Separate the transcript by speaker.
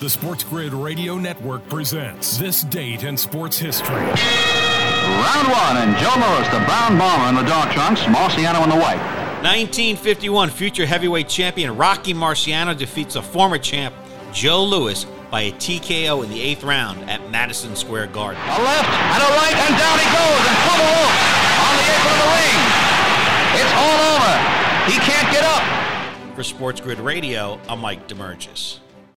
Speaker 1: The Sports Grid Radio Network presents This Date in Sports History.
Speaker 2: Round one, and Joe Morris, the brown bomber in the dark trunks, Marciano in the white.
Speaker 3: 1951, future heavyweight champion Rocky Marciano defeats a former champ, Joe Lewis, by a TKO in the eighth round at Madison Square Garden.
Speaker 2: A left and a right, and down he goes, and full off on the apron of the ring. It's all over. He can't get up.
Speaker 3: For Sports Grid Radio, I'm Mike Demergis.